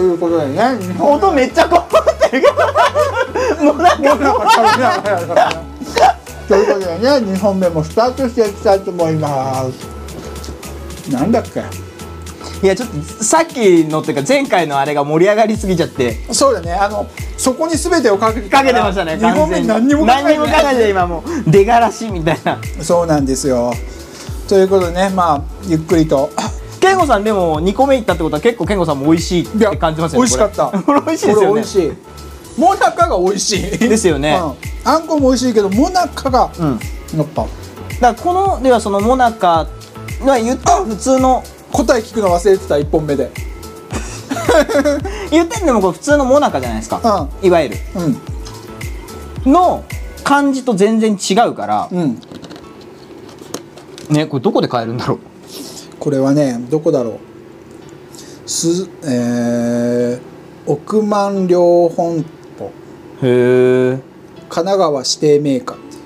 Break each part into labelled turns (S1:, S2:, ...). S1: いうことでね日本
S2: 音めっちゃこもってるけどもうなんかもう
S1: ということでね2本目もスタートしていきたいと思いますなんだっけ
S2: いやちょっとさっきのっていうか前回のあれが盛り上がりすぎちゃって
S1: そうだねあのそこに全てをかけて
S2: かけてましたね
S1: 2本目何にも
S2: 完全に何にもかけ
S1: て
S2: て今もう出がらしみたいな
S1: そうなんですよということでねまあゆっくりと
S2: 健吾さんでも2個目いったってことは結構健吾さんも美味しいっ
S1: いや
S2: て感じます
S1: 美
S2: よね
S1: 味しかった
S2: これこれ美味しいです
S1: これ
S2: よ
S1: 美
S2: ね
S1: 味しいもなかが美味しい
S2: ですよね
S1: うん、あんこも美味しいけどもなかが、
S2: うん
S1: やっぱ
S2: だからこのではそのモナカが言ったら普通の
S1: 答え聞くの忘れてた1本目で
S2: 言ってんでもこれ普通のモナカじゃないですか、いわゆる
S1: うん
S2: の感じと全然違うから、
S1: うん
S2: ねこれどこで買えるんだろう
S1: これはねどこだろうすえー、億万両本舗
S2: へえ
S1: 神奈川指定メーカーっていう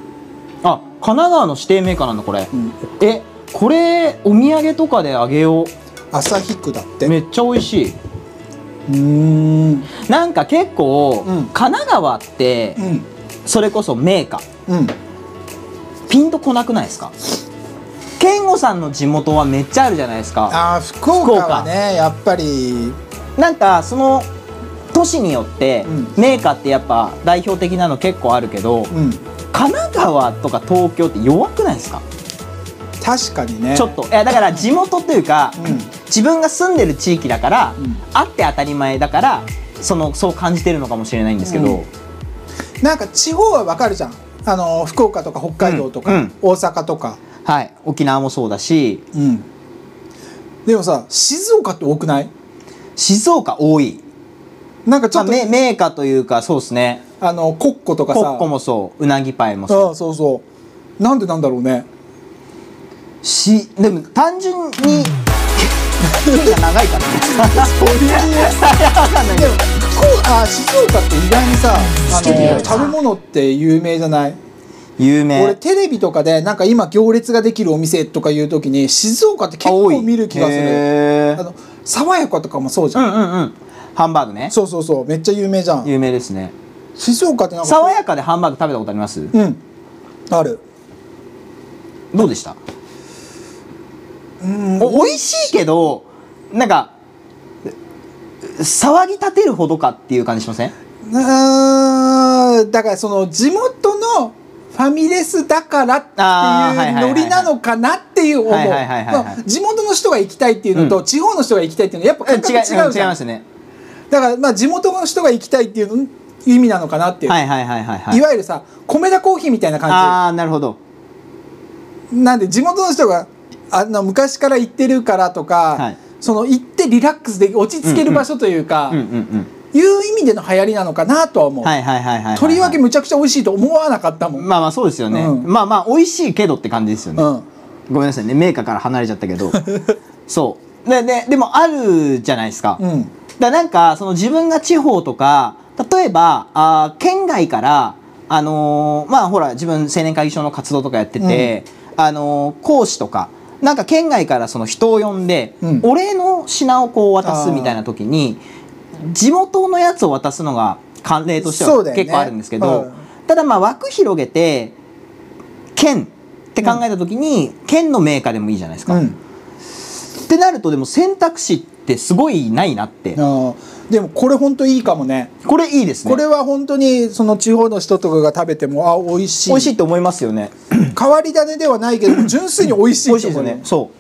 S2: あ神奈川の指定メーカーなんだこれ、
S1: ん
S2: えこれお土産とかであげよ
S1: 旭区だって
S2: うめっちゃ美味しいう
S1: ーんうん
S2: なんか結構、
S1: うん
S2: 神奈川って、それこそメーカー
S1: うん
S2: ピンとこなくないですか健吾さんの地元はめっちゃあるじゃないですか
S1: あー福岡はねやっぱり
S2: なんかその都市によって、
S1: うん
S2: メーカーってやっぱ代表的なの結構あるけど、
S1: うん
S2: 神奈川とか東京って弱くないですか
S1: 確かにね
S2: ちょっといやだから地元というか、
S1: うん
S2: 自分が住んでる地域だから、
S1: うん
S2: あって当たり前だからそのそう感じてるのかもしれないんですけど、
S1: なんか地方はわかるじゃんあの福岡とか北海道とか、
S2: うんうん
S1: 大阪とか
S2: はい、沖縄もそうだし
S1: うんでもさ静岡って多くない
S2: 静岡多い、
S1: なんかち
S2: ま
S1: ょっ
S2: あ、
S1: と、
S2: メメーカーというかそうですね
S1: あのコッコとかさ
S2: コッコもそううなぎパイもそう
S1: ああそうそうなんでなんだろうね
S2: しでも単純に距離が長いからね
S1: そういう理由
S2: わかんない
S1: でもこうあ静岡って意外にさあの食べ物って有名じゃない
S2: 有
S1: 俺
S2: 名
S1: テレビとかでなんか今行列ができるお店とかいう時に静岡って結構見る気がするあ
S2: る
S1: の爽やかとかもそうじ
S2: う
S1: ゃん、
S2: んうんうんハンバーグね
S1: そうそうそうめっちゃ有名じゃん
S2: 有名ですね
S1: 静岡ってなんか
S2: 爽やかでハンバーグ食べたことあります、
S1: うんある
S2: どうでした
S1: うん
S2: お美味しいけどなんか騒ぎ立てるほどかっていう感じしません
S1: うーんだからその地元のファミレスだからって
S2: あーはいはいはい
S1: いう
S2: は
S1: ノ
S2: い
S1: リなのかなっていう思う
S2: はいはいはいはいはい
S1: まあ地元の人が行きたいっていうの
S2: う
S1: と地方の人が行きたいっていうのはやっぱ感
S2: 違
S1: 覚違うじゃ
S2: うん違いますね
S1: だからまあ地元の人が行きたいっていうの意味なのかなっていう、
S2: はいいはいはいはいはい
S1: わゆるさ米田コーヒーみたいな感
S2: ああなるほど
S1: じなんで地元の人があの昔から行ってるからとか、
S2: はい
S1: その行ってリラックスでき落ち着ける場所というか、
S2: うんうん
S1: いう意味での流行りなのかなとは思う、
S2: うんはいはいはいはいはい
S1: とりわけむちゃくちゃ美味しいと思わなかったもん、
S2: まあまあそうですよね、
S1: うん
S2: まあまあ美味しいけどって感じですよね、
S1: うん
S2: ごめんなさいねメーカーから離れちゃったけ どそうでででもあるじゃないですか、だか
S1: うん
S2: らなんかその自分が地方とか例えばあー県外からあのーまあほら自分青年会議所の活動とかやってて、あのー講師とかなんか県外からその人を呼んで、
S1: うん
S2: お礼の品をこう渡すみたいな時に地元のやつを渡すのが慣例として
S1: そ
S2: は
S1: うだよね
S2: 結構あるんですけど、
S1: うん
S2: ただまあ枠広げて県って考えた時に、県のメーカーでもいいじゃないですか。
S1: う
S2: っ
S1: ん
S2: てなるとでも選択肢ってすごいないなって、
S1: あーでもこれ本当いいかもね
S2: これいいですね
S1: これは本当にその地方の人とかが食べてもあ美味しい
S2: 美味しいと思いますよね。
S1: 変わり種ではないけど純粋に美味しい
S2: 美味し
S1: と
S2: いです
S1: 思
S2: よ
S1: う
S2: ねそ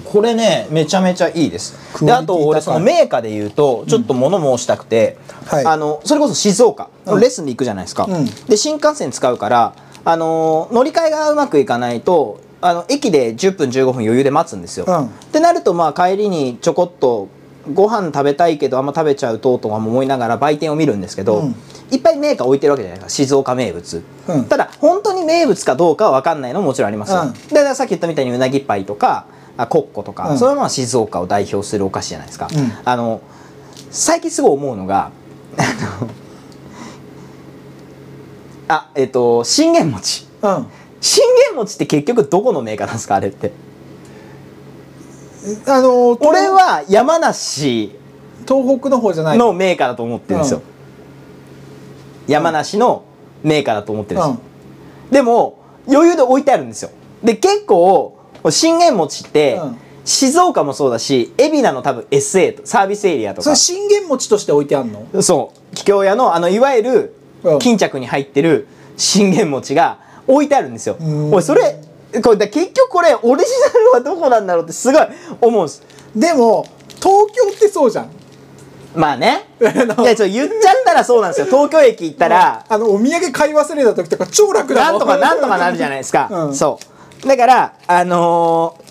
S2: うこれねめちゃめちゃいいです
S1: クオリティ
S2: であと俺
S1: 高い
S2: そのメーカーで言うとちょっと物申したくて、
S1: はい
S2: あのそれこそ静岡、
S1: うん
S2: レッスンに行くじゃないですか、
S1: うん
S2: で新幹線使うからあの乗り換えがうまくいかないとあの駅で10分15分余裕で待つんですよ、
S1: うん
S2: ってなるとまあ帰りにちょこっとご飯食べたいけどあんま食べちゃうととかも思いながら売店を見るんですけど、
S1: うん
S2: いっぱいメーカー置いてるわけじゃないですか静岡名物、
S1: うん
S2: ただ本当に名物かどうかは分かんないのももちろんありますよ、
S1: うん
S2: でだからさっき言ったみたいにうなぎパイとかあコッコとか、
S1: うん
S2: それはまあ静岡を代表するお菓子じゃないですか、
S1: うん
S2: あの最近すごい思うのがあのあえっ、と信玄餅
S1: うん
S2: 信玄餅って結局どこのメーカーなんですかあれって
S1: あの
S2: 俺は山梨
S1: 東北の方じゃない
S2: のメーカーだと思ってるんですよ、山梨のメーカーだと思ってるんですよ、でも余裕で置いてあるんですよで結構信玄餅って、
S1: うん
S2: 静岡もそうだし海老名の多分 SA とサービスエリア
S1: う
S2: と
S1: ん、そ
S2: か
S1: れ信玄餅として置いてあんの
S2: そう桔梗屋のあのいわゆる
S1: うん
S2: 巾着に入ってる信玄餅が置いてあるんですよ
S1: うん
S2: おいそれこれだ結局これオリジナルはどこなんだろうってすごい思うんです
S1: でも東京ってそうじゃん
S2: まあね いやちょっと言っちゃったらそうなんですよ東京駅行ったら
S1: あのお土産買い忘れた時とか超楽だ
S2: な
S1: も
S2: んとかなんとかなるじゃ ないですか、
S1: うん
S2: そうだからあのー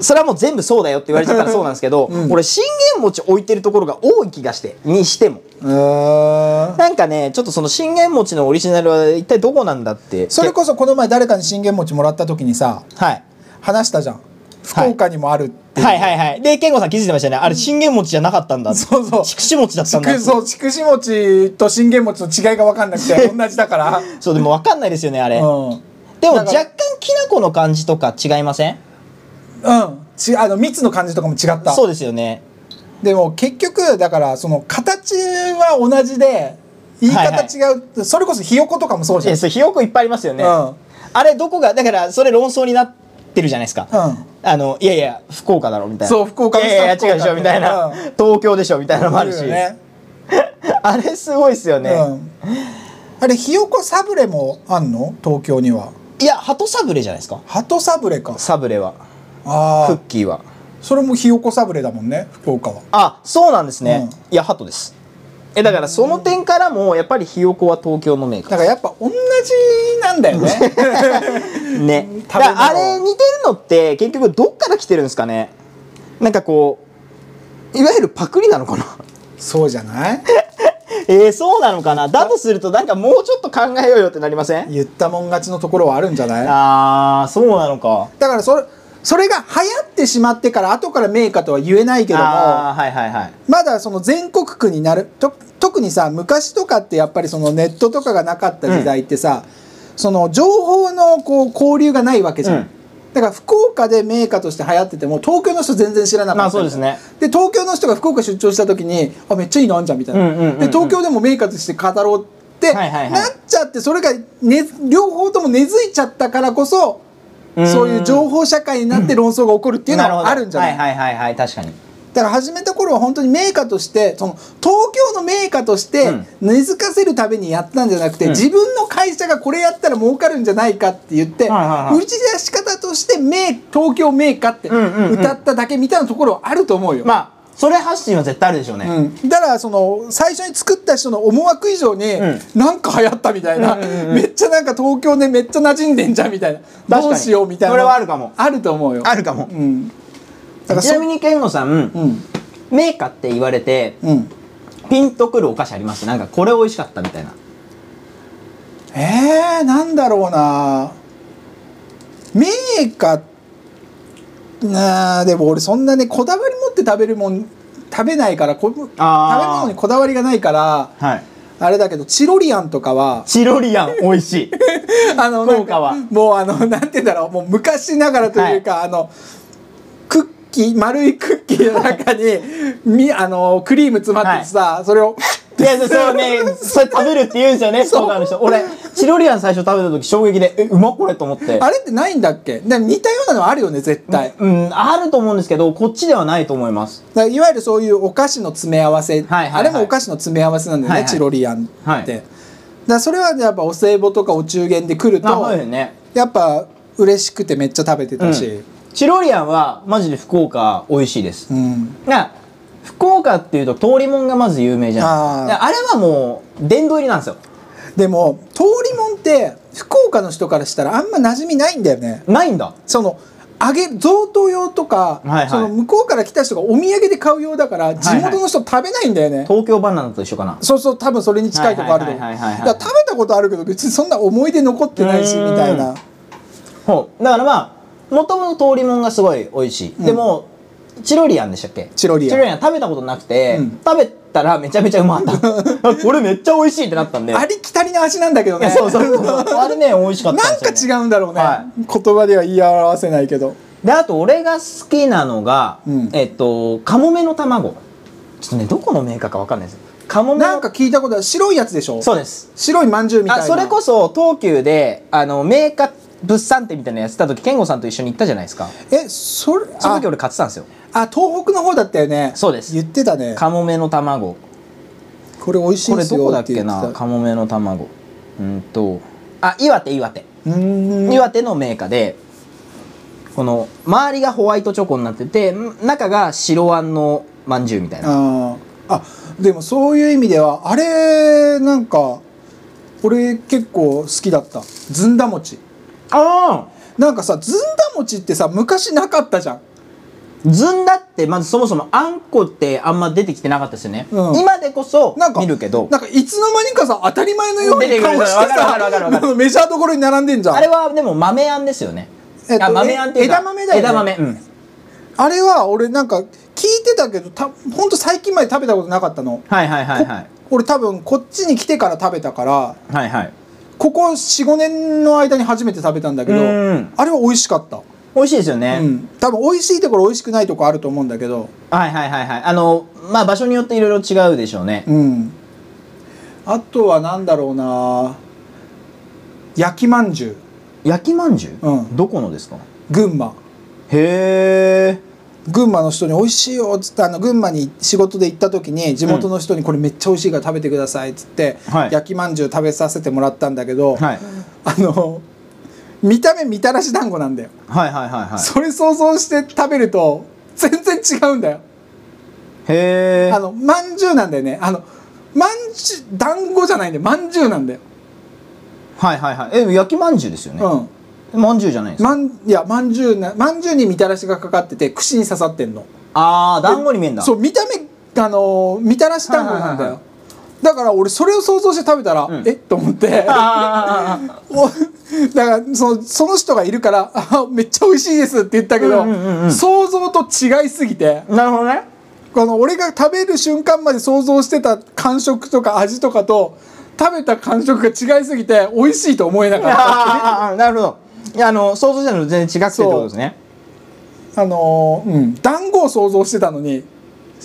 S2: それはもう全部そうだよって言われちゃったらそうなんですけど、
S1: うん
S2: 俺信玄餅置いてるところが多い気がしてにしても
S1: うーん
S2: なんかねちょっとその信玄餅のオリジナルは一体どこなんだって
S1: それこそこの前誰かに信玄餅もらった時にさ
S2: はい
S1: 話したじゃん福岡にもあるって、
S2: はいはいはいで健吾さん気づいてましたよねあれ信玄餅じゃなかったんだ
S1: そうそう
S2: 筑紫餅だったんだ
S1: ちくそうちくし餅と信玄餅の違いが分かんなく て同じだから、うん、
S2: そうでも分かんないですよねあれ、
S1: う
S2: でも
S1: だか
S2: 若
S1: ら
S2: 干きな粉の感じとか違いません
S1: んちあの蜜の感じとかも違った
S2: そうですよね
S1: でも結局だからその形は同じで言い
S2: はいは
S1: 方
S2: い
S1: 違う、それこそひよことかもそうじゃ
S2: え
S1: ん、
S2: そうひよこいっぱいありますよね、
S1: うん
S2: あれどこがだからそれ論争になってるじゃないですか、
S1: うん
S2: あのいやいや福岡だろみたいな
S1: そう福岡の
S2: い
S1: 人は
S2: やいや違うでしょみたいな、
S1: うん
S2: 東京でしょみたいなのもあるし
S1: よね
S2: あれすごいですよね、
S1: うん、あれひよこサブレもあんの東京にはい
S2: や鳩サブレじゃないですか
S1: 鳩サブレか
S2: サブレはク
S1: あ
S2: ッ
S1: あ
S2: キーは
S1: それもひよこサブレだもんね福岡は
S2: あそうなんですね、
S1: うん
S2: いや鳩ですえだからその点からもやっぱりひよこは東京のメーカ
S1: だからやっぱ同じなんだよね
S2: ーね
S1: うん
S2: だからあ
S1: 食べ物
S2: れ似てるのって結局どっから来てるんですかねなんかこういわゆるパクリなのかな
S1: そうじゃない
S2: えー、そうなのかなだとするとなんかもうちょっと考えようよってなりません
S1: 言ったもん勝ちのところはあるんじゃない
S2: あーそうなのか
S1: だからそれそれが流行ってしまってから後から名家とは言えないけども
S2: あーはいはいはい
S1: まだその全国区になると特にさ昔とかってやっぱりそのネットとかがなかった時代ってさ、その情報のこう交流がないわけじゃん、
S2: うん
S1: だから福岡で名家として流行ってても東京の人全然知らな
S2: ま
S1: か
S2: あ
S1: った
S2: そうですね
S1: で東京の人が福岡出張した時にあめっちゃいいのあんじゃんみたいな、
S2: うんうんうんうん
S1: で東京でも名家として語ろうって、
S2: はいはいはい
S1: なっちゃってそれが、ね、両方とも根付いちゃったからこそ
S2: うん
S1: そういう情報社会になって論争が起こるっていうのはあるんじゃない
S2: はいはいはいはい確かに
S1: だから始めた頃は本当にメーカーとしてその東京のメーカーとして
S2: うん
S1: 根付かせるためにやったんじゃなくて、
S2: うん
S1: 自分の会社がこれやったら儲かるんじゃないかって言って、
S2: はいはいはい
S1: 打ち出し方として名東京メーカーって
S2: うんうんうん
S1: 歌っただけみたいなところはあると思うよ。
S2: まあそれ発信は絶対あるでしょうね、
S1: うん、だからその最初に作った人の思惑以上に、
S2: うん
S1: なんか流行ったみたいな、
S2: うんうんうん
S1: めっちゃなんか東京でめっちゃ馴染んでんじゃんみたい
S2: か
S1: な
S2: に
S1: どうしようみたいな
S2: それはあるかも
S1: あると思うよ
S2: あるかも
S1: うん、だから
S2: ちなみに健吾さん、
S1: うん
S2: メーカーって言われて
S1: うん
S2: ピンとくるお菓子ありますなんかこれ美味しかったみたいな
S1: えー、なんだろうなメーカーなあでも俺そんなねこだわり持って食べるもん食べないからこ食べ
S2: あー
S1: 物にこだわりがないから
S2: はい
S1: あれだけどチロリアンとか は
S2: チロリアン美味しい
S1: あのなん
S2: 福岡
S1: か
S2: は
S1: もうあのなんて言うんだろうもう昔ながらというか、あのクッキー丸いクッキーの中 に、みあのクリーム詰まっててさ、それを
S2: いやそうねそれ食べるって言うんですよね福岡の人俺チロリアン最初食べた時衝撃でえうまっこれと思っ て
S1: あれってないんだっけで似たようなのあるよね絶対。
S2: うん、あると思うんですけど、こっちではないと思います。
S1: だからいわゆるそういうお菓子の詰め合わせ、
S2: はいはいはい
S1: あれもお菓子の詰め合わせなんだよね、
S2: はいはい
S1: チロリアンって、
S2: はい
S1: だからそれはやっぱお歳暮とかお中元で来ると、
S2: あ、そうよね。
S1: やっぱ嬉しくてめっちゃ食べてたし、
S2: チロリアンは、マジで福岡、美味しいです
S1: う。ん
S2: な、福岡っていうと、通りもんがまず有名じゃ
S1: あ
S2: ん。
S1: ー
S2: であれはもう、殿堂入りなんですよ。
S1: でも通りもんって福岡の人からしたらあんま馴染みないんだよね
S2: ないんだ。
S1: その揚げ贈答用とか、
S2: はいはい
S1: その向こうから来た人がお土産で買う用だから地元の人食べないんだよね、
S2: 東京バナナと一緒かな。
S1: そうそう多分それに近いとこあると思う
S2: はい
S1: だ
S2: はいはいはいはい
S1: から食べたことあるけど別にそんな思い出残ってないしみたいな。
S2: ほう。だからまあ、もともと通りもんがすごい美味しい。でも、チロリアンでしたっけ
S1: チロリアン
S2: 食べたことなくて、
S1: うん
S2: 食べたらめちゃめちゃうま かった。あこれめっちゃ美味しいってなったんで。
S1: ありきたりな味なんだけど
S2: いや
S1: ね。
S2: そうそうそうそう。あれね、美味しかった
S1: なんんか
S2: ですよね
S1: 違うんだろうね、
S2: は
S1: 言葉では言い表せないけど。
S2: であと俺が好きなのが、
S1: うん
S2: えっとカモメの卵ちょっとねどこのメーカーかわかんないですカモメの
S1: なんか聞いたことは白いやつでしょ
S2: そうです
S1: 白いまんじゅうみたい
S2: あ
S1: な
S2: それこそ東急であのメーカー物産展みたいなのやってた時健吾さんと一緒に行ったじゃないですか
S1: えそれ
S2: その
S1: あ
S2: 時俺買ってたんですよ
S1: あ東北の方だったよね
S2: そうです
S1: 言ってたね
S2: カモメの卵
S1: これ美味しい
S2: こ
S1: んで
S2: れ
S1: す
S2: ど
S1: よ
S2: こだ
S1: っ
S2: って
S1: 言
S2: け
S1: ってた
S2: なカモメの卵うんとあ岩手岩手、
S1: うーん
S2: 岩手のメーカーでこの周りがホワイトチョコになっててん中が白あんのまんじゅうみたいな
S1: あーあでもそういう意味ではあれなんか俺結構好きだったずんだ餅
S2: あ
S1: なんかさずんだ餅ってさ昔なかったじゃん
S2: ずんだってまずそもそもあんこってあんま出てきてなかったですよね、
S1: うん
S2: 今でこそ
S1: なんか
S2: 見るけど
S1: なんかいつの間にかさ当たり前のように
S2: 出てくる
S1: 顔して
S2: わかるわかるわかるわか
S1: さ
S2: る
S1: メジャーどころに並んでんじゃん
S2: あれはでも豆あんですよね、
S1: えっと
S2: あ豆あんっていうか
S1: 枝豆だよね
S2: 枝豆うん
S1: あれは俺なんか聞いてたけどたほんと最近まで食べたことなかったの
S2: はいはいはいはい
S1: 俺多分こっちに来てから食べたから
S2: はいはい
S1: ここ45年の間に初めて食べたんだけど
S2: うん
S1: あれは美味しかった、
S2: 美味しいですよね、
S1: うん、多分美味しいところ美味しくないとこあると思うんだけど
S2: はいはいはいはいあのまあ場所によっていろいろ違うでしょうね、
S1: うんあとは何だろうな焼きまんじゅう
S2: 焼きまんじゅう、
S1: うん
S2: どこのですか
S1: 群馬
S2: へえ
S1: 群馬の人に「美味しいよ」っつってあの群馬に仕事で行った時に地元の人に「これめっちゃ美味しいから食べてください」っつって、
S2: はい
S1: 焼きまんじゅう食べさせてもらったんだけど、
S2: はい
S1: あの見た目みたらし団子なんだよ、
S2: はいはいはいは
S1: それ想像して食べると全然違うんだよ
S2: いへえ
S1: あのまんじゅうなんだよねあのまんじゅう団子じゃないんだよまんじゅうなんだよ、
S2: はいはいはいえ焼きまんじゅうですよね、
S1: うん
S2: まんじゅうじゃないんですか、
S1: まんいやまんじゅうなまんじゅうにみたらしがかかってて串に刺さってんの
S2: ああ団子に見えんだ
S1: そう見た目あのーみたらし団子なんだ
S2: はいはいはい
S1: よだから俺それを想像して食べたら、
S2: ん
S1: えっと思 って
S2: あーあーあーあ
S1: おだからそのその人がいるからあ「めっちゃ美味しいです」って言ったけど、
S2: うんうんうんうん
S1: 想像と違いすぎて
S2: ーなるほどね
S1: この俺が食べる瞬間まで想像してた感触とか味とかと食べた感触が違いすぎて美味しいと思えなかっ た
S2: あーあーあーなるほどいやあの想像してたのと全然違くてってことですね
S1: あのーうん、団子を想像してたのに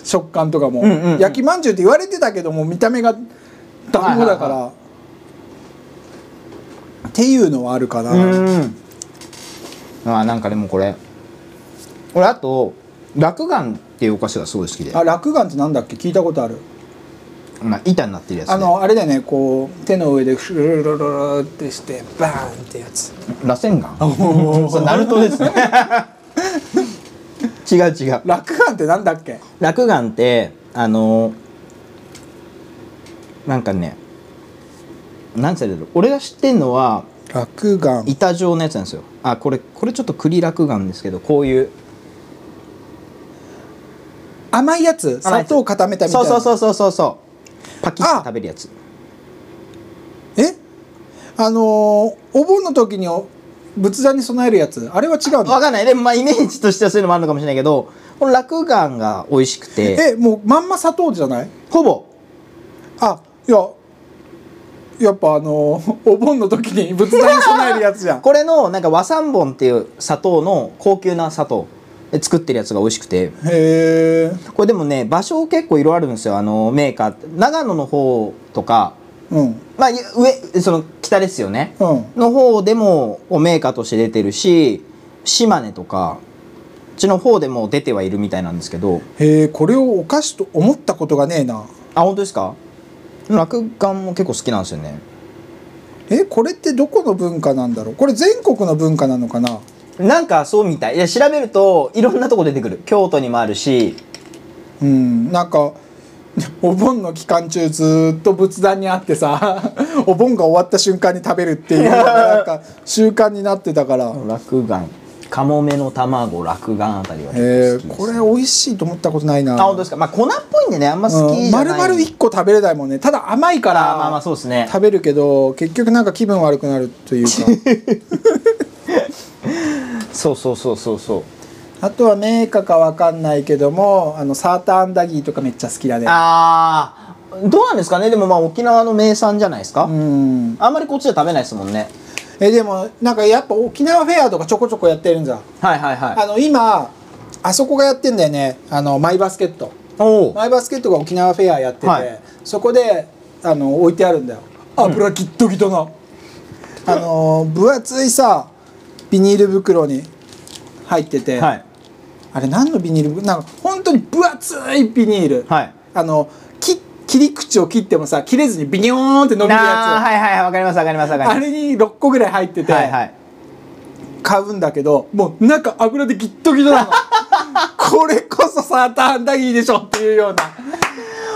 S1: 食感とかも、
S2: うんうんうん
S1: 焼きまんじゅうって言われてたけども見た目が団子だから、
S2: はいはいは
S1: っていうのはあるかな、
S2: うんあーなんかでもこれ俺あと落眼っていうお菓子がすごい好きで
S1: あ落眼ってなんだっけ聞いたことある、
S2: まあ、板になってるやつ、ね、
S1: あのあれだよねこう手の上でフルルルルルってしてバーンってやつ
S2: 螺旋丸そうナルト ですね違う違う
S1: 落眼ってなんだっけ
S2: 落眼ってあのなんかねなんて言うんだろう俺が知ってんのは
S1: 落眼
S2: 板状のやつなんですよあこれこれちょっと栗落眼ですけどこういう
S1: 甘いやつ砂糖固めたみたいな
S2: そうそうそうそうそうそうパキッ
S1: あ
S2: と食べるやつ
S1: えあのーお盆の時にお仏壇に備えるやつあれは違うの
S2: わかんないでもまあイメージとしてはそういうのもあるのかもしれないけどこの落眼が美味しくて
S1: えもうまんま砂糖じゃない
S2: ほぼ
S1: あいややっぱあの ーお盆の時に仏壇に備えるやつじ ゃん
S2: これのなんか和三盆っていう砂糖の高級な砂糖で作ってるやつが美味しくて
S1: へえ
S2: これでもね場所結構いろいろあるんですよあのメーカーって長野の方とか
S1: うん
S2: まあい上その北ですよね
S1: うん
S2: の方でもメーカーとして出てるし島根とかうちの方でも出てはいるみたいなんですけど
S1: へえこれをお菓子と思ったことがねえな
S2: あ本当ですか落眼も結構好きなんですよね
S1: えこれってどこの文化なんだろうこれ全国の文化なのかな
S2: なんかそうみたいいや調べるといろんなとこ出てくる京都にもあるし
S1: うんなんかお盆の期間中ずっと仏壇にあってさ お盆が終わった瞬間に食べるっていうのがなんか習慣になってたからへ
S2: 落眼カモメの卵落眼あたりは
S1: え
S2: 結構好きです
S1: これ美味しいと思ったことないな
S2: あ本当ですかまあ粉っぽいんでねあんま好きじゃない
S1: うん丸々1個食べれないもんねただ甘いか
S2: あーまあまあ
S1: ら
S2: そうですね
S1: 食べるけど結局なんか気分悪くなるというか
S2: そうそうそうそうそう
S1: あとはメーカーかわかんないけどもあのサーターアンダギーとかめっちゃ好きだね
S2: ああどうなんですかねでもまあ沖縄の名産じゃないですか、
S1: うん
S2: あんまりこっちで食べないですもんね
S1: えでもなんかやっぱ沖縄フェアとかちょこちょこやってるんじゃん
S2: はいはいは
S1: あの今あそこがやってんだよねあのマイバスケット
S2: おお
S1: マイバスケットが沖縄フェアやってて、
S2: はい
S1: そこであの置いてあるんだよ油ギットギトな、あの分厚いさビニール袋に入ってて、
S2: はい
S1: あれ何のビニール袋なんか本当に分厚いビニール、
S2: はい
S1: あのき切り口を切ってもさ切れずにビニョーンって伸びる
S2: なあ
S1: や
S2: はいはいわかりますわかりますわ
S1: つ
S2: か
S1: あ
S2: りま
S1: れに6個ぐらい入って
S2: す
S1: て、
S2: はいはい
S1: 買うんだけどもう中油でギットギト なのこれこそサーターアンダギーでしょっていうような。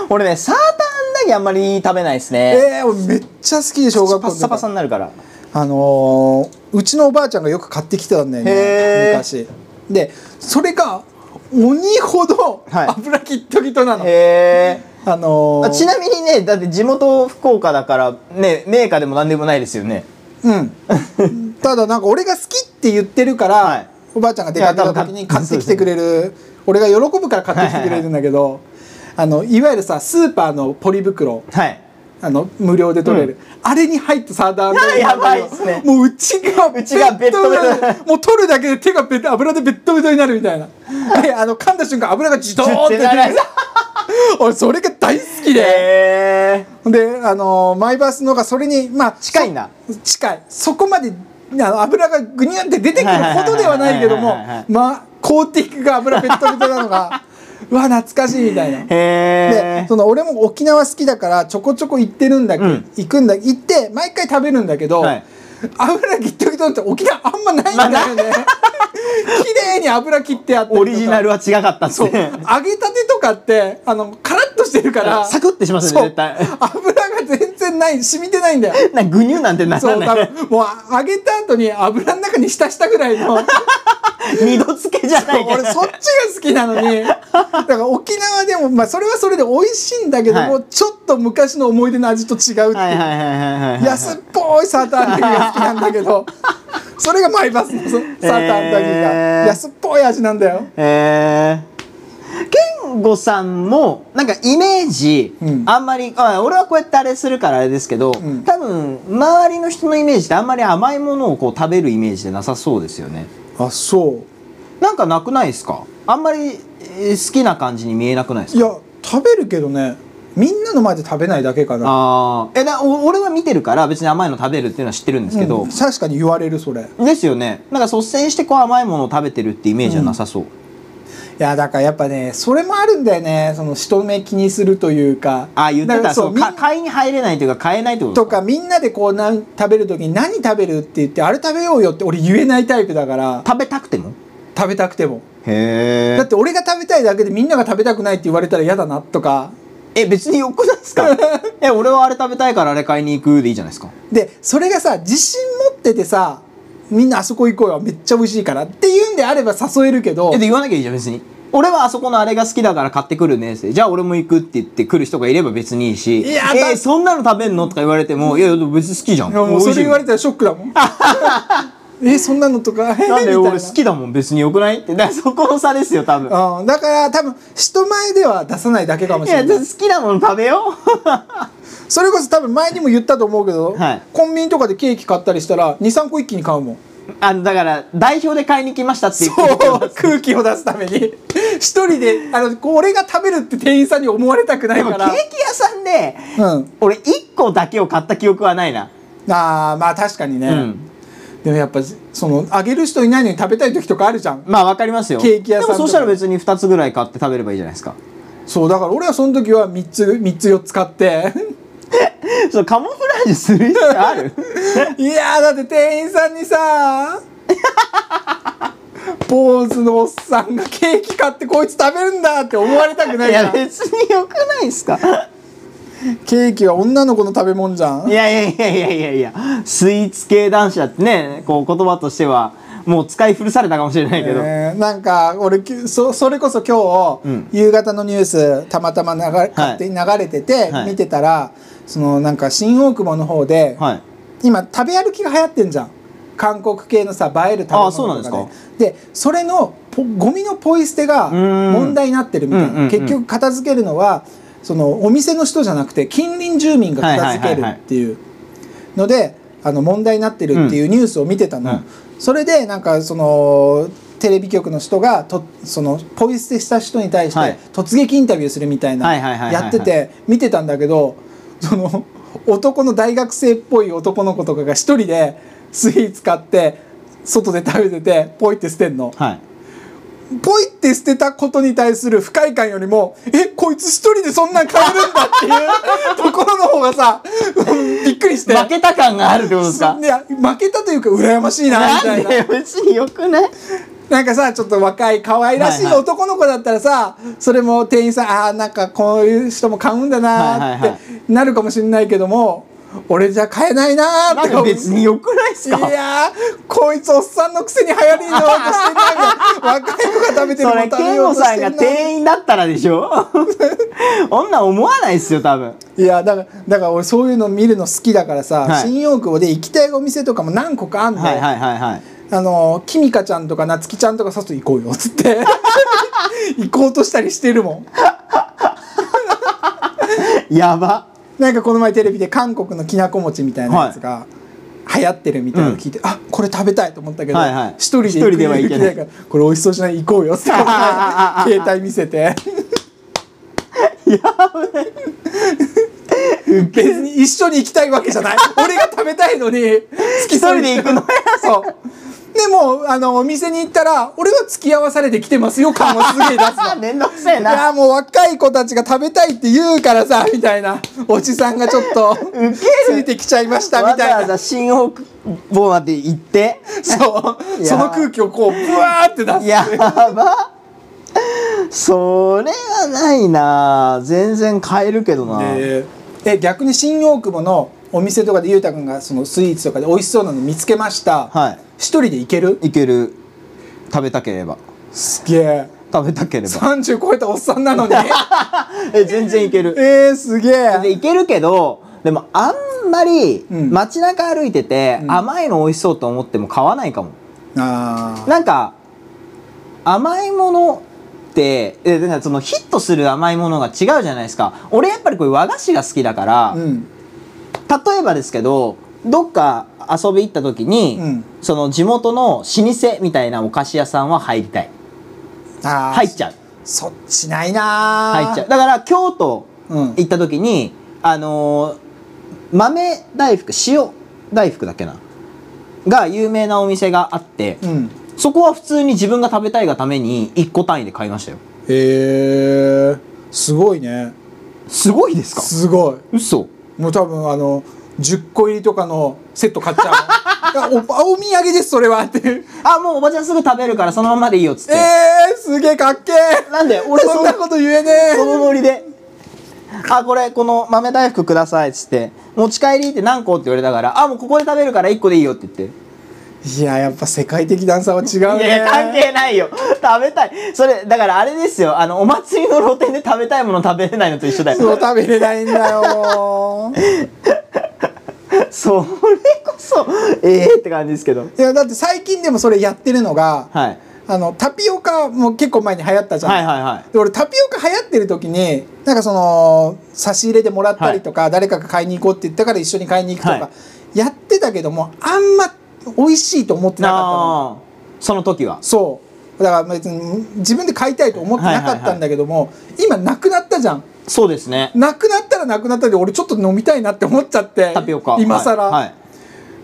S2: 俺ねサーターアンダギーあんまり食べないですね
S1: えー、俺めっちゃ好きで小学校
S2: パッ
S1: の時
S2: サパサになるから
S1: あのーうちのおばあちゃんがよく買ってきてたんだよ
S2: へ
S1: ね
S2: ー
S1: 昔でそれが鬼ほど
S2: はい
S1: 油ギットギトなの、
S2: へえ
S1: あのー
S2: ちなみにねだって地元福岡だからねメーカーでも何でもないですよね
S1: うん ただなんか俺が好きって言ってるから、
S2: はい
S1: おばあちゃんが出かけた時
S2: い
S1: に
S2: や
S1: 買ってきてくれる、俺が喜ぶから買ってきてくれるんだけど、いあのいわゆるさスーパーのポリ袋
S2: はい
S1: あの無料で取れる、あれに入ったサーダーの
S2: やばいっすね
S1: もううちが
S2: うちがベッドベト
S1: ベッドもう取るだけで手がベッド油でベッドベトになるみたいなであの噛んだ瞬間油が自動って出てくる俺それが大好きで、
S2: へえ
S1: であのマイバスのがそれにまあ
S2: 近いな
S1: そ近いそこまであの油がグニャンって出てくるほどではないけども
S2: はいはいはいはいはい
S1: まあコーティックが油ベッドベトなのがうわ懐かしいみたいな
S2: へえ
S1: でその俺も沖縄好きだからちょこちょこ行ってるんだけど、
S2: うん
S1: 行くんだ行って毎回食べるんだけど、
S2: はい
S1: 油ギットギトって沖縄あんまないんだよ ね、綺麗に油切ってあって
S2: オリジナル
S1: は
S2: は違かったっす
S1: そう揚
S2: ね
S1: げたてとかってあのカラッとしてるから
S2: サクッてします
S1: そ
S2: ね
S1: う
S2: 絶対
S1: 油が全然ない染みてないんだよ
S2: なグニュなんてな
S1: そ
S2: ら
S1: う多
S2: な
S1: 分
S2: い
S1: もうあ揚げた後に油の中に浸したぐらいの
S2: 二度漬けじゃないけど
S1: 俺そっちが好きなの にだから沖縄でも、まあ、それはそれで美味しいんだけども、
S2: はい
S1: ちょっと昔の思い出の味と違うっていう、
S2: はいはいはいはいはいはい
S1: 安っぽいサーターアンダギーが好きなんだけど それがマイバスのそサーターアンダギー
S2: え
S1: が
S2: ー
S1: 安っぽい味なんだよ。
S2: えー、ケンゴさんもなんかイメージ、
S1: うん
S2: あんまりあ俺はこうやってあれするからあれですけど、
S1: ん
S2: 多分周りの人のイメージってあんまり甘いものをこう食べるイメージでなさそうですよね
S1: あそ
S2: なんかなくないですかあんまりえー好きな感じに見えなくないです
S1: い
S2: か
S1: や食べるけどねみんなの前で食べないだけかな。
S2: あーえだお俺は見てるから別に甘いの食べるっていうのは知ってるんですけど
S1: うん、確かに言われるそれい
S2: ですよねなんか率先してこう甘いものを食べてるってイメージはなさそう、
S1: やだからやっぱねそれもあるんだよねその人目気にするというか
S2: ああ言っ
S1: だ
S2: て
S1: から
S2: たそう
S1: みん
S2: か買いに入れないというか買えないってこと
S1: と
S2: です
S1: かみんなでこうなん食べる時に何食べるって言ってあれ食べようよって俺言えないタイプだから
S2: 食べたくても
S1: 食べたくても
S2: へえ
S1: だって俺が食べたいだけでみんなが食べたくないって言われたら嫌だなとか
S2: え別によくないですか え俺はあれ食べたいからあれ買いに行くでいいじゃないですか
S1: でそれがさ自信持っててさみんなあそこ行こうよめっちゃ美味しいからっていうんであれば誘えるけど
S2: えで言わなきゃいいじゃん別に俺はあそこのあれが好きだから買ってくるねってじゃあ俺も行くって言って来る人がいれば別にいいし
S1: いや
S2: え
S1: だ
S2: そんなの食べんのとか言われてもいやいや別に好きじゃん
S1: いやもうそれ言われ
S2: て
S1: たらショックだもんえそんなのとかえ
S2: なんで
S1: みたい
S2: 俺好きだもん別によくないってだからそこの差ですよ多分
S1: な、うん、だから多分人前では出さないだけかも
S2: い
S1: しれ
S2: や
S1: ない
S2: 好きなもの食べよ
S1: それこそ多分前にも言ったと思うけど、
S2: はい
S1: コンビニとかでケーキ買ったりしたら23個一気に買うもん
S2: う あのだから代表で買いに来ましたって言って
S1: そう空気を出すために一人であのこう俺が食べるって店員さんに思われたくない
S2: でもケ
S1: か
S2: ー
S1: ら
S2: キ屋さんで、
S1: うん
S2: 俺1個だけを買った記憶はないな
S1: あーまあ確かにね、
S2: うん
S1: でもやっぱそのあげる人いないのに食べたい時とかあるじゃん
S2: まあわかりますよ
S1: ケーキ屋さんと
S2: で
S1: か
S2: もそしたら別に2つぐらい買って食べればいいじゃないですか
S1: そうだから俺はその時は3つ3つ4つ買って
S2: そうカモフラージュする必要ある
S1: いやーだって店員さんにさ坊主のおっさんがケーキ買ってこいつ食べるんだって思われたくない
S2: い
S1: じゃ
S2: や
S1: ん
S2: 別によくないですか
S1: ケーキは女の子の食べ物じゃん
S2: いやいやいやいやいやいやスイーツ系男子だってねこう言葉としてはもう使い古されたかもしれないけど、
S1: えーなんか俺きそそれこそ今日、
S2: うん
S1: 夕方のニュースたまたま流れ勝手に流れてて、
S2: はい
S1: 見てたらそのなんか新大久保の方で、
S2: はい
S1: 今食べ歩きが流行ってんじゃん韓国系のさ映える食べ
S2: あ
S1: 物
S2: そうなん
S1: と
S2: です
S1: か
S2: か
S1: ねでそれのポゴミのポイ捨てが
S2: うん
S1: 問題になってるみたい
S2: うんうんう
S1: なん結局片付けるのはそのお店の人じゃなくて近隣住民が片付けるっていうのであの問題になってるっていうニュースを見てたの、
S2: うん
S1: それでなんかそのテレビ局の人がとそのポイ捨てした人に対して
S2: はい
S1: 突撃インタビューするみたいな
S2: はいはいはいはいはい
S1: やってて見てたんだけどその男の大学生っぽい男の子とかが一人でスイーツ買って外で食べててポイって捨てんの。
S2: はい
S1: ポイって捨てたことに対する不快感よりもえこいつ一人でそんなん買えるんだっていう ところの方がさうんびっくりして
S2: 負けた感があるってことですか
S1: いや負けたというか羨ましいなみた
S2: ないん
S1: な
S2: で別によくない
S1: なんかさちょっと若い可愛らしい
S2: はいはい
S1: 男の子だったらさ、それも店員さんああーなんかこういう人も買うんだな
S2: はいはい
S1: ー
S2: は
S1: ってなるかもしれないけども俺じゃ買えないなー
S2: な
S1: って
S2: んか別によくないですか
S1: いやーこいつおっさんのくせに流行りのことしてんない が若い子が食べてる
S2: そ
S1: の
S2: れ
S1: 食べ
S2: 健
S1: よ
S2: 吾
S1: うとし
S2: さ
S1: てん
S2: んが
S1: な
S2: 店員だったらでし ょ女思わないですよ多分
S1: いやだからだから俺そういうの見るの好きだからさ、
S2: はい
S1: 新大久保で行きたいお店とかも何個かあんの、
S2: はいはいはいはい
S1: あのきみかちゃんとかなつきちゃんとかさっと行こうよっつって 行こうとしたりしてるもん
S2: やば
S1: なんかこの前テレビで韓国のきなこ餅みたいなやつが流行ってるみたいなの聞いて、あこれ食べたいと思ったけど、
S2: はいはい
S1: 一人で
S2: 一人では行けない
S1: 行からこれ美味しそうじゃない行こうよっつって 携帯見せて別に一緒に行きたいわけじゃない俺が食べたいのに付き添いに
S2: 一人で行 くの
S1: そうでもうあのお店に行ったら俺は付き合わされてきてますよ感をすげえ出すの
S2: あ面倒くせえ
S1: い
S2: な
S1: やもう若い子たちが食べたいって言うからさみたいなおじさんがちょっとついてきちゃいましたみ
S2: わざ
S1: たい
S2: わ
S1: な
S2: ざ新大久保まで行って
S1: そう
S2: いや
S1: その空気をこうブワーって出す
S2: やばそれはないな全然買えるけどな、
S1: でえ逆に新大久保のお店とかで裕太君がそのスイーツとかで美味しそうなの見つけました、
S2: はい
S1: 一人で行ける
S2: いける食べたければ
S1: すげえ
S2: 食べたければ
S1: 30超えたおっさんなのに
S2: え全然い ける
S1: えー、すげ
S2: で
S1: え
S2: いけるけどでもあんまり
S1: うん
S2: 街中歩いてて、甘いの美味しそうと思っても買わないかも
S1: あー
S2: なんか甘いものってえなんかそのヒットする甘いものが違うじゃないですか俺やっぱりこういう和菓子が好きだから、
S1: うん
S2: 例えばですけどどっか遊び行った時に、
S1: うん
S2: その地元の老舗みたいなお菓子屋さんは入りたい
S1: あー
S2: 入っちゃう
S1: そっちないなー
S2: 入っちゃうだから京都
S1: うん
S2: 行った時に、あのー豆大福塩大福だっけなが有名なお店があって、
S1: うん
S2: そこは普通に自分が食べたいがために1個単位で買いましたよ
S1: へえすごいね
S2: すごいですか
S1: すごい
S2: 嘘
S1: もう多分あの10個入りとかのセット買っち ゃういやおお土産ですそれはっていう
S2: あもうおばちゃんすぐ食べる からそのままでいいよっつって、
S1: えー、すげえかっけえ
S2: なんで
S1: 俺
S2: 俺
S1: そんなこと言えね
S2: そのノリで「あこれこの豆大福ください」っつって「持ち帰り」って何個って言われたから「あもうここで食べるから1個でいいよ」って言って
S1: えいややっぱ世界的段差は違う
S2: い
S1: ね
S2: やいや関係ないよ食べたいそれだからあれですよあのお祭りの露店で食べたいもの食べれないのと一緒だ
S1: そう
S2: よ
S1: 食べれないんだよ
S2: それこそええって感じですけど
S1: いやだって最近でもそれやってるのが
S2: はい
S1: あのタピオカも結構前に流行ったじゃん、
S2: はいはいはい
S1: で俺タピオカ流行ってる時になんかその差し入れでもらったりとか、誰かが買いに行こうって言ったから一緒に買いに行くとか、
S2: は
S1: やってたけどもあんま美味しいと思ってなかったの
S2: あーその時は
S1: そうだから別に自分で買いたいと思ってなかったんだけども、今なくなったじゃん
S2: そうですね
S1: なくなったらなくなったで俺ちょっと飲みたいなって思っちゃって
S2: タピオカ
S1: 今更、
S2: はいはい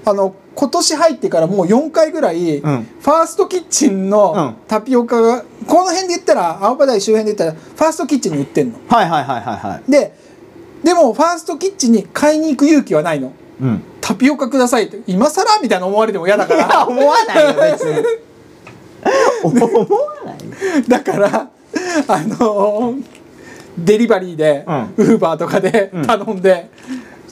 S1: あの今年入ってからもう4回ぐらい、
S2: うん
S1: ファーストキッチンのタピオカが、この辺で言ったら青葉台周辺で言ったらファーストキッチンに売ってんの
S2: はいはいはいはいはい
S1: ででもファーストキッチンに買いに行く勇気はないの
S2: うん
S1: タピオカくださいって今更みたいな思われても嫌だか
S2: いや
S1: ら
S2: 思わないよ別に 思わないよ
S1: だからあのーデリバリーで
S2: うん
S1: ウーバーとかで頼んで、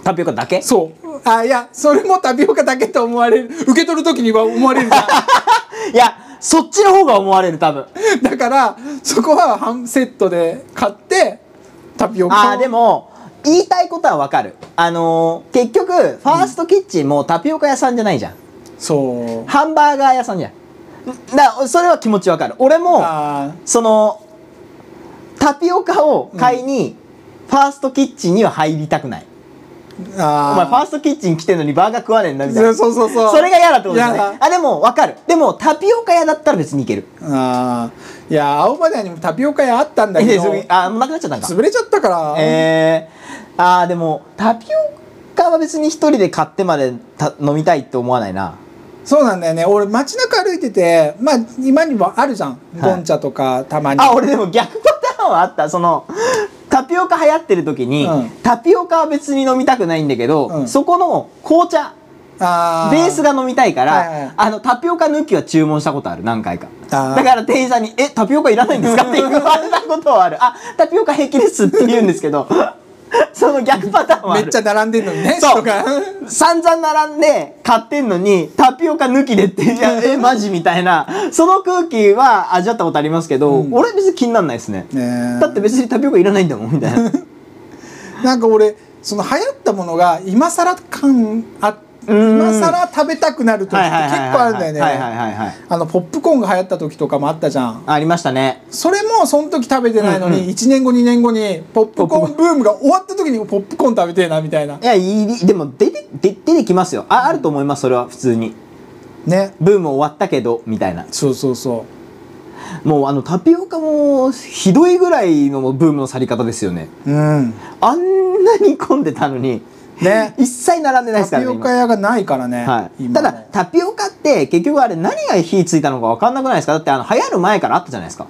S2: タピオカだけ
S1: そうあいやそれもタピオカだけと思われる受け取る時には思われるじゃん
S2: いやそっちの方が思われる多分
S1: だからそこは半セットで買ってタピオカ
S2: あーでも言いたいことはわかるあのー結局ファーストキッチンもタピオカ屋さんじゃないじゃん、
S1: そう
S2: ハンバーガー屋さんじゃんだそれは気持ちわかる俺も
S1: あ
S2: そのタピオカを買いに、ファーストキッチンには入りたくない
S1: ー
S2: お前ファ
S1: あ
S2: ーストキッチン来てんのにバーガー食わねえんだみたい
S1: ー
S2: な
S1: そうそうそう
S2: それが嫌だってことだね
S1: 嫌だ
S2: あでも分かるでもタピオカ屋だったら別にいける
S1: あーいや青葉台にもタピオカ屋あったんだ
S2: え
S1: け
S2: で
S1: ど
S2: それあもうなくなっちゃったんか
S1: 潰れちゃったから、
S2: えー、あーでもタピオカは別に一人で買ってまでた飲みたいって思わないな
S1: そうなんだよね俺街中歩いててまあ今にもあるじゃん
S2: はい
S1: ゴンチャとかたまに
S2: あ俺でも逆パターンはあったそのタピオカ流行ってる時に、
S1: うん
S2: タピオカは別に飲みたくないんだけど、
S1: うん
S2: そこの紅茶
S1: あ
S2: ベース
S1: が
S2: が飲みたいから、
S1: はいはい
S2: あのタピオカ抜きは注文したことある何回か
S1: あー
S2: だから店員さんに「えタピオカいらないんですか?」って言われたことはある「あタピオカ平気です」って言うんですけど その逆パターンはあ
S1: め
S2: る
S1: っちゃ並んでんのにね
S2: そう
S1: 人が
S2: 散々並んで買ってんのにタピオカ抜きでって いやえマジみたいなその空気は味わったことありますけど、
S1: うん
S2: 俺別に気になんないですね
S1: ねえ
S2: だって別にタピオカいらないんだもん みたいな
S1: なんか俺その流行ったものが今更感あ
S2: うん
S1: 今更食べたくなる時って結構あるんだよ
S2: はいはい
S1: ね
S2: はいはい
S1: あのポップコーンが流行った時とかもあったじゃん
S2: ありましたね
S1: それもその時食べてないの
S2: うんうん
S1: に1年後2年後にポップコーンブームが終わった時にポップコーン食べてえなみたいない
S2: やいいでも出て出出てきますよああると思いますそれは普通に
S1: ね
S2: ブーム終わったけどみたいな
S1: そうそうそ
S2: もうあのタピオカもひどいぐらいのブームの去り方ですよね
S1: ううん
S2: あんなに混んでたのに
S1: ね
S2: 一切並んでないですか
S1: タ
S2: ら
S1: ピ
S2: ね
S1: オ
S2: 今
S1: カ屋がないからね、
S2: はい、
S1: 今
S2: た
S1: ね
S2: だタピオカって結局あれ何が火ついたのか分かんなくないですかだってあの流行る前からあったじゃないですか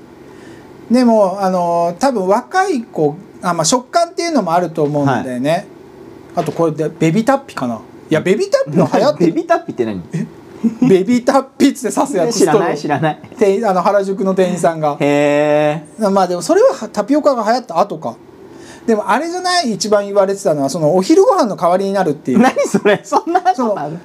S1: でもあのー多分若い子あ、まあ、食感っていうのもあると思うんだよね、あとこれでベビタッピかないやベビタッピの流行って
S2: ベ
S1: る
S2: ビタッピって何
S1: ベビタッピっつって刺すやつ
S2: 知らない
S1: ス
S2: 知
S1: トロ
S2: らない
S1: ー店員あの原宿の店員さんが
S2: へえ
S1: まあでもそれはタピオカが流行った後かでもあれじゃない一番言われてたのはそのお昼ご飯の代わりになるっていう
S2: 何それそんなことある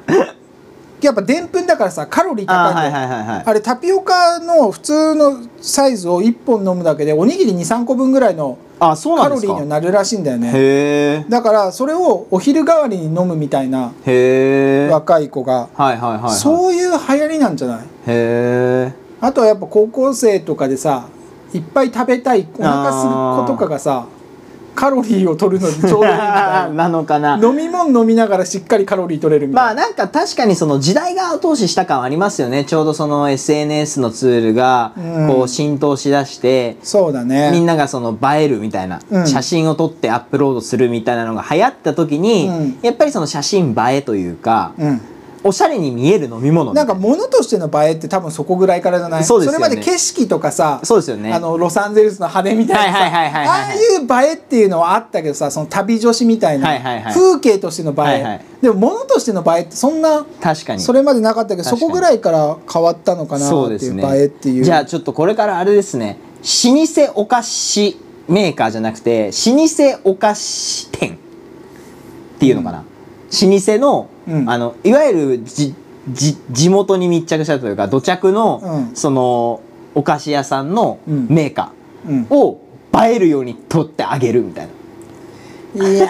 S1: やっぱでんぷんだからさカロリー
S2: あ
S1: 高
S2: ー
S1: いんだ
S2: は
S1: よ
S2: いはいはいはい
S1: あれタピオカの普通のサイズを1本飲むだけでおにぎり23個分ぐらいの
S2: あそう
S1: カ
S2: なんで
S1: ロ
S2: す
S1: リ
S2: か
S1: ーになるらしいんだよね
S2: へ
S1: だからそれをお昼代わりに飲むみたいな
S2: えへえはい
S1: 若い子が
S2: はいはいはい
S1: そういう流行りなんじゃない
S2: へえ
S1: あとはやっぱ高校生とかでさいっぱい食べたいお腹する子とかがさカロリーを取るの にちょうどいいみたいな
S2: なのかな
S1: 飲み物飲みながらしっかりカロリー取れるみ
S2: ま
S1: た
S2: あ
S1: いな、
S2: なんか確かにその時代が後押しした感ありますよねちょうどその SNS のツールが
S1: うん
S2: こう浸透しだして、
S1: そうだね
S2: みんながその映えるみたいな、
S1: うん
S2: 写真を撮ってアップロードするみたいなのが流行った時に、
S1: うん
S2: やっぱりその写真映えというか、
S1: うん
S2: おしゃれに見える飲み物み
S1: な
S2: た
S1: いんか物としての映えって多分そこぐらいからじゃない
S2: そうですよね
S1: れまで景色とかさ
S2: そうですよね
S1: あのロサンゼルスの羽みたいな
S2: はいはいはいはいはい
S1: さああいう映えっていうのはあったけどさその旅女子みたいな、
S2: はいはいはい
S1: 風景としての映え、
S2: はいはい
S1: でも物としての映えってそんな
S2: 確かに
S1: それまでなかったけど
S2: 確か
S1: そ
S2: に
S1: こぐらいから変わったのかな
S2: そう
S1: っ
S2: で
S1: てい
S2: す
S1: う
S2: ね
S1: 映えっていう
S2: じゃあちょっとこれからあれですね老舗お菓子メーカーじゃなくて老舗お菓子店っていうのかな、老舗の,、
S1: うん
S2: あのいわゆるじじ地元に密着したというか土着の、
S1: うん
S2: そのお菓子屋さんの
S1: うん
S2: メーカ
S1: うん
S2: ーを映えるように取ってあげるみたいな、
S1: いや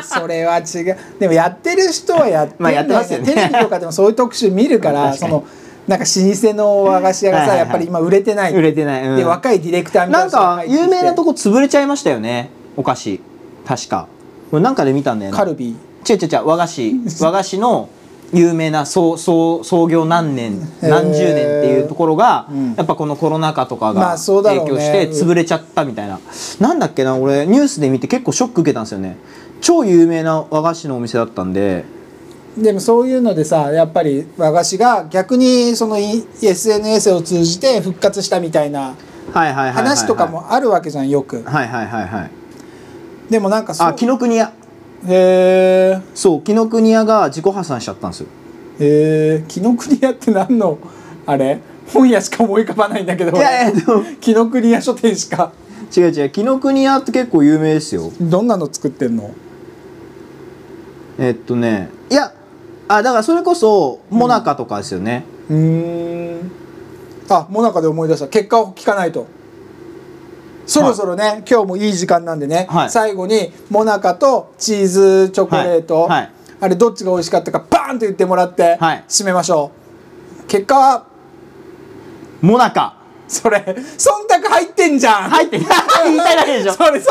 S1: ーそれは違うでもやってる人はやってん
S2: まあ
S1: だ
S2: や
S1: よ
S2: ってますよね
S1: テレビとかでもそういう特集見るから
S2: 確か
S1: そ
S2: に
S1: のなんか老舗の和菓子屋がさ、
S2: はいはいはい
S1: やっぱり今売れてない
S2: 売れてない、うん
S1: で若いディレクターみたいな
S2: な
S1: ん人が
S2: か
S1: 入ってきて
S2: 有名なとこ潰れちゃいましたよねお菓子確かこれなんかで見たんだよね
S1: カルビー
S2: 違う違う違う和 菓子和菓子の有名な創創創業何年
S1: へー
S2: 何十年っていうところが、
S1: うん
S2: やっぱこのコロナ禍とか
S1: ま
S2: が
S1: あそうだ
S2: 影
S1: ろうね
S2: 響して潰れちゃったみたいな、なんだっけな俺ニュースで見て結構ショック受けたんですよね超有名な和菓子のお店だったんで
S1: でもそういうのでさやっぱり和菓子が逆にそのい SNS を通じて復活したみたいな
S2: はいはいはいはいはい
S1: 話とかもあるわけじゃんよく
S2: はいはいはいはい
S1: でもなんかそう
S2: あ紀ノ国屋
S1: へ
S2: そう紀ノ国屋が自己破産しちゃったんですよ
S1: えへえ紀ノ国屋って何のあれ本屋しか思い浮かばないんだけど
S2: いやいやでも
S1: 紀ノ国屋書店しか
S2: 違う違う紀ノ国屋って結構有名ですよ
S1: どんなの作ってんの
S2: えっとねいやあだからそれこそモナカとかですよね、
S1: うーんあもなかで思い出した結果を聞かないとそろそろね、今日もいい時間なんでね、
S2: はい
S1: 最後にもなかとチーズチョコレート、
S2: はいはい
S1: あれどっちが美味しかったかバーンと言ってもらって
S2: はい
S1: 締めましょう、結果は
S2: モナカ
S1: それ忖度入ってんじゃん
S2: 入って言いたいだけでしょ
S1: それ忖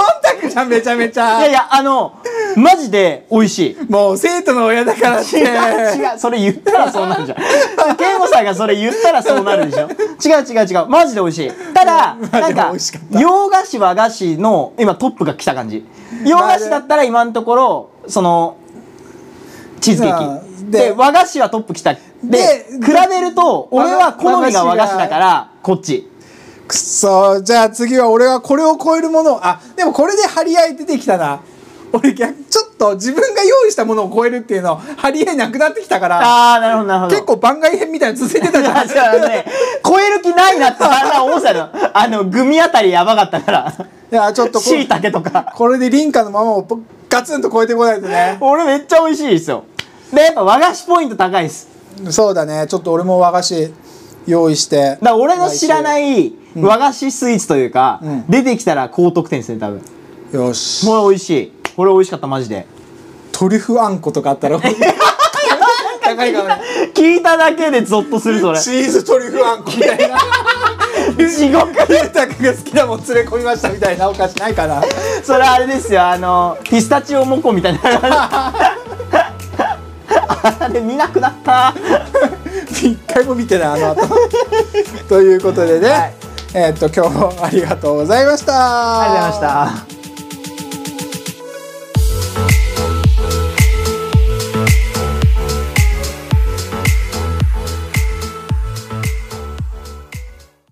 S1: 度じゃんめちゃめちゃ
S2: いやいやあのマジで美味しい。
S1: もう生徒の親だからって
S2: 違う違う それ言ったらそうなるじゃんそれ健吾さんがそれ言ったらそうなるでしょ違う違う違うマジで美味しいただ
S1: マジで
S2: なんか
S1: 美味しかった
S2: 洋菓子和菓子の今トップが来た感じ洋菓子だったら今のところそのチーズケー
S1: う
S2: キ
S1: ん
S2: で
S1: で
S2: 和菓子はトップ来たで
S1: で
S2: 比べると俺は好みが和菓子だからこっち
S1: くっそーじゃあ次は俺はこれを超えるものをあでもこれで張り合い出てきたな俺逆ちょっと自分が用意したものを超えるっていうの張り合いなくなってきたから
S2: ああなるほどなるほど
S1: 結構番外編みたいなの続いてたじゃ
S2: あ
S1: ん
S2: じゃあね超える気ないなってだんだん思ってたのあのグミあたりやばかったから
S1: いやちょっとこ
S2: しいたけとか
S1: これで凛花のままをガツンと超えてこないとね
S2: 俺めっちゃ美味しいですよでやっぱ和菓子ポイント高いです
S1: そうだねちょっと俺も和菓子用意して
S2: だから俺の知らないい和菓子スイーツというか、
S1: うん
S2: 出てきたら高得点ですね多分
S1: よし
S2: これ美味しいこれ美味しかったマジで
S1: トリュフあんことかあったら高いからね
S2: 聞いただけでゾッとする それ
S1: チーズトリュフあんこみたいな
S2: 地獄
S1: ゆうたくんが好きなもん連れ込みましたみたいなお菓子ないかな
S2: それあれですよあのピスタチオモコみたいな あれ見なくなった
S1: 一回も見てないあの 後ということでね、
S2: はい
S1: えーっと今日もありがとうございました
S2: ありがとうございました